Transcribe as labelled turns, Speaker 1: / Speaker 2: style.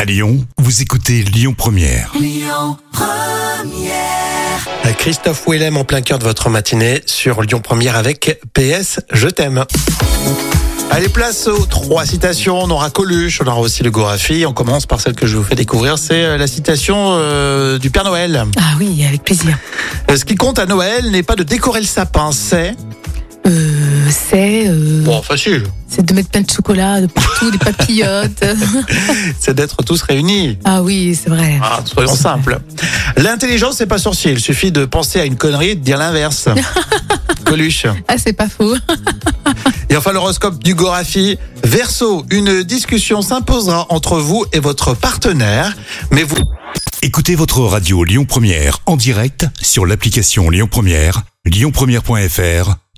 Speaker 1: À Lyon, vous écoutez Lyon Première.
Speaker 2: Christophe Willem en plein cœur de votre matinée sur Lyon Première avec PS Je t'aime. Allez, place aux trois citations. On aura Coluche, on aura aussi le Gorafi. On commence par celle que je vous fais découvrir. C'est euh, la citation euh, du Père Noël.
Speaker 3: Ah oui, avec plaisir.
Speaker 2: Euh, Ce qui compte à Noël n'est pas de décorer le sapin, c'est...
Speaker 3: Euh, c'est euh,
Speaker 2: Bon, facile.
Speaker 3: c'est de mettre plein de chocolat de partout, des papillotes.
Speaker 2: C'est d'être tous réunis.
Speaker 3: ah oui, c'est vrai.
Speaker 2: Ah, soyons simples. L'intelligence, c'est pas sorcier. Il suffit de penser à une connerie et de dire l'inverse. Coluche.
Speaker 3: Ah, c'est pas faux.
Speaker 2: Et enfin, l'horoscope du Gorafi. Verso, une discussion s'imposera entre vous et votre partenaire, mais vous
Speaker 1: Écoutez votre radio Lyon Première en direct sur l'application Lyon Première, lyonpremière.fr